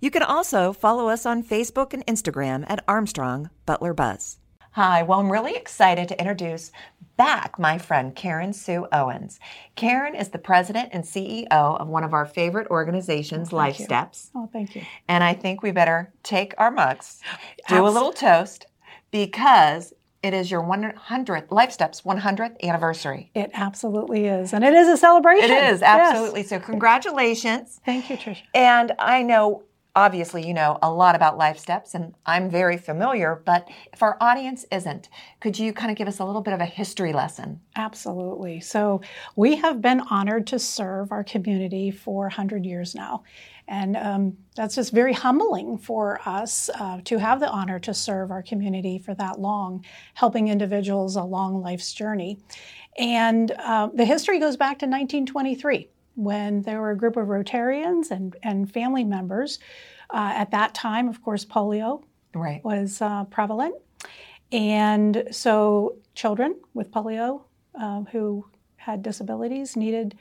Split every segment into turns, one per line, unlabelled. You can also follow us on Facebook and Instagram at Armstrong Butler Buzz. Hi, well, I'm really excited to introduce back my friend Karen Sue Owens. Karen is the president and CEO of one of our favorite organizations, Life
you.
Steps.
Oh, thank you.
And I think we better take our mugs, do a
Abs-
little toast, because it is your 100th, Life Steps 100th anniversary.
It absolutely is. And it is a celebration.
It is,
Yes.
absolutely. So, congratulations.
Thank you, Tricia.
And I know, obviously, you know a lot about life steps, and I'm very familiar, but if our audience isn't, could you kind of give us a little bit of a history lesson?
Absolutely. So we have been honored to serve our community for 100 years now. And um, that's just very humbling for us uh, to have the honor to serve our community for that long, helping individuals along life's journey. And uh, the history goes back to 1923 when there were a group of Rotarians and, and family members. Uh, at that time, of course, polio
Right.
was uh, prevalent. And so children with polio um, who had disabilities needed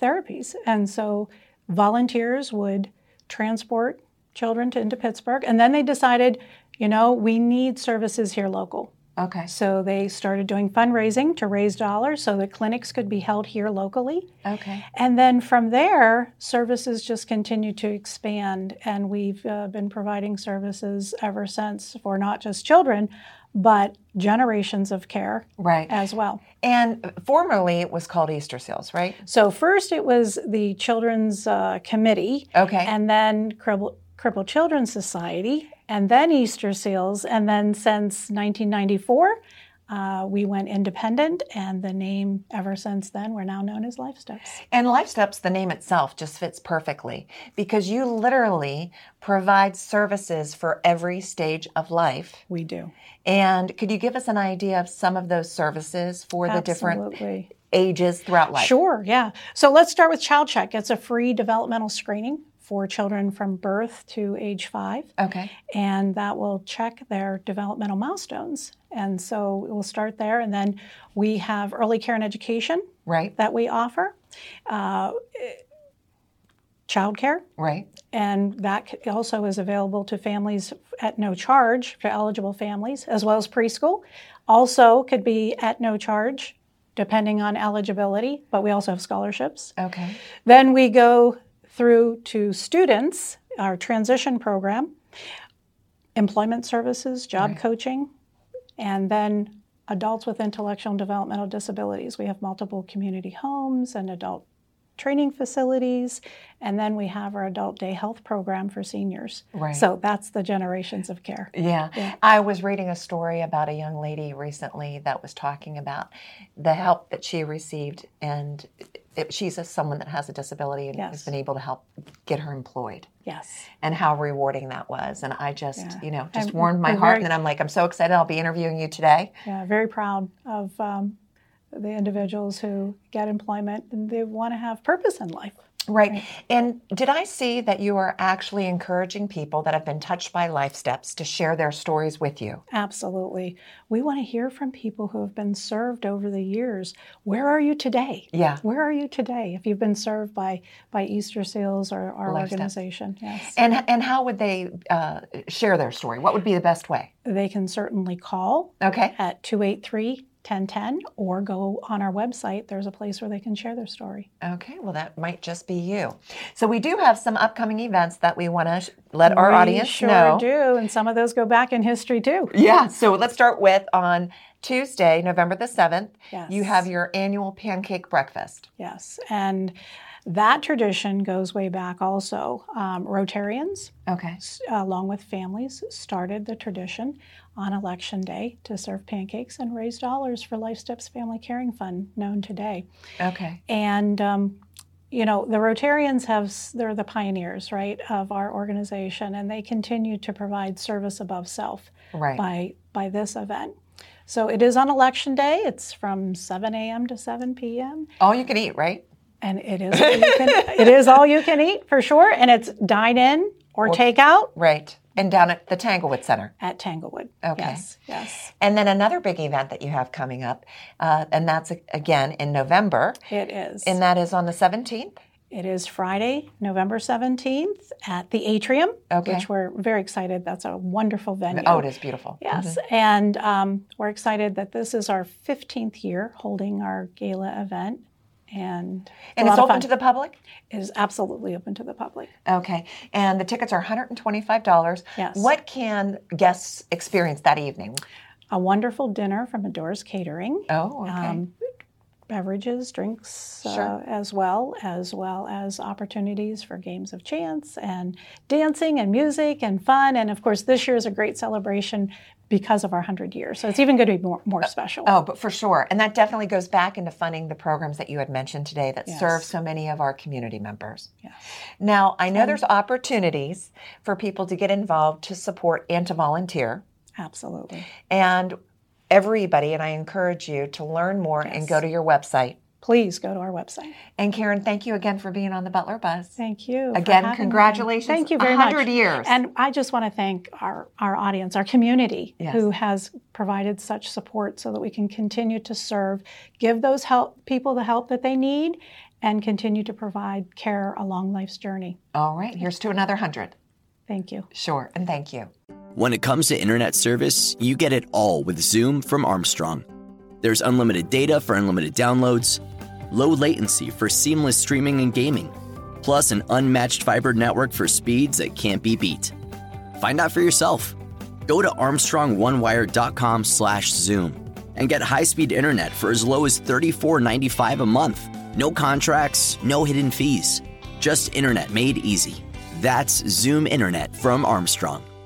therapies. And so volunteers would transport children to, into Pittsburgh. And then they decided, you know, we need services here local.
Okay.
So they started doing fundraising to raise dollars so that clinics could be held here locally.
Okay.
And then from there, services just continue to expand, and we've uh, been providing services ever since for not just children, but generations of care
Right.
as well.
And formerly it was called Easter Seals, right?
So, first it was the Children's uh, Committee,
Okay.
and then Cribble, Crippled Children's Society, and then Easter Seals, and then since 1994. Uh, we went independent, and the name ever since then, we're now known as Life Steps.
And Life Steps, the name itself just fits perfectly because you literally provide services for every stage of life.
We do.
And could you give us an idea of some of those services for the different
Absolutely.
ages throughout life?
Sure, yeah. So let's start with Child Check. It's a free developmental screening for children from birth to age five,
Okay.
and that will check their developmental milestones. And so we'll start there, and then we have early care and education
Right.
that we offer, uh, childcare,
Right.
and that c- also is available to families at no charge to eligible families, as well as preschool. Also, could be at no charge, depending on eligibility, but we also have scholarships.
Okay.
Then we go through to students, our transition program, employment services, job coaching, and then adults with intellectual and developmental disabilities. We have multiple community homes and adult training facilities, and then we have our adult day health program for seniors.
Right.
So that's the generations of care.
Yeah. I was reading a story about a young lady recently that was talking about the help that she received, and it, she's a, someone that has a disability and has
Yes.
been able to help get her employed.
Yes.
And how rewarding that was. And I just,
Yeah.
you know, just
And
warmed my
we're
heart.
very-
And then I'm like, I'm so excited. I'll be interviewing you today.
Yeah, very proud of um, the individuals who get employment and they want to have purpose in life.
Right. And did I see that you are actually encouraging people that have been touched by Life Steps to share their stories with you?
Absolutely. We want to hear from people who have been served over the years. Where are you today?
Yeah.
Where are you today if you've been served by by Easter Seals or our
Life Steps.
organization? Yes.
And, and how would they uh, share their story? What would be the best way?
they can certainly call
Okay.
at 283 1010 or go on our website. There's a place where they can share their story.
Okay, well, that might just be you. So we do have some upcoming events that we want to sh- let our
We
audience Mm.
sure
know.
do. And some of those go back in history too.
Yeah, so let's start with on Tuesday, November the 7th, you
Yes.
have your annual pancake breakfast.
Yes. And that tradition goes way back also. Um, Rotarians
Okay.
s- along with families, started the tradition on Election Day to serve pancakes and raise dollars for Life Steps Family Caring Fund, known today.
Okay.
And um, you know, the Rotarians have, they're the pioneers, right, of our organization, and they continue to provide service above self
Right.
by, by this event. So it is on election day. It's from 7 a.m. to 7 p.m.
All you can eat, right?
and it is all you can, it is all you can eat for sure. And it's dine in or, take out
Right. And down at the Tanglewood Center.
at Tanglewood.
Okay.
Yes. Yes.
And then another big event that you have coming up, uh, and that's again in November,
It is.
and that is on the 17th.
It is Friday, November 17th at the Atrium,
Okay.
which we're very excited. That's a wonderful venue.
Oh, it is Mm-hmm. beautiful.
Yes. And um, we're excited that this is our 15th year holding our gala event. And,
And it's open to the public?
the- is absolutely open to the public.
Okay. And the tickets are $125.
Yes.
What can guests experience that evening?
A wonderful dinner from Adore's Catering.
Oh, okay.
um, beverages, drinks, uh,
Sure.
as well as well as opportunities for games of chance and dancing and music and fun. And of course, this year is a great celebration because of our hundred years. So it's even going to be more, more special.
Oh, but for sure. And that definitely goes back into funding the programs that you had mentioned today that serve so many of our community members. Now, I know there's opportunities for people to get involved, to support, and to volunteer.
Absolutely,
And everybody, and I encourage you to learn more and go to your website.
please go to our website.
And Karen, thank you again for being on the Butler Buzz.
Thank you for
Again,
having me.
congratulations.
Thank you very
100
much.
years.
And I just want to thank our, our audience, our community,
Yes.
who has provided such support so that we can continue to serve, give those help people the help that they need, and continue to provide care along life's journey.
All right, here's to another 100.
Thank you.
Sure, and thank you.
When it comes to internet service, you get it all with Zoom from Armstrong. There's unlimited data for unlimited downloads, low latency for seamless streaming and gaming, plus an unmatched fiber network for speeds that can't be beat. Find out for yourself. Go to armstrongonewire.com/zoom and get high-speed internet for as low as $34.95 a month. No contracts, no hidden fees. Just internet made easy. That's Zoom internet from Armstrong.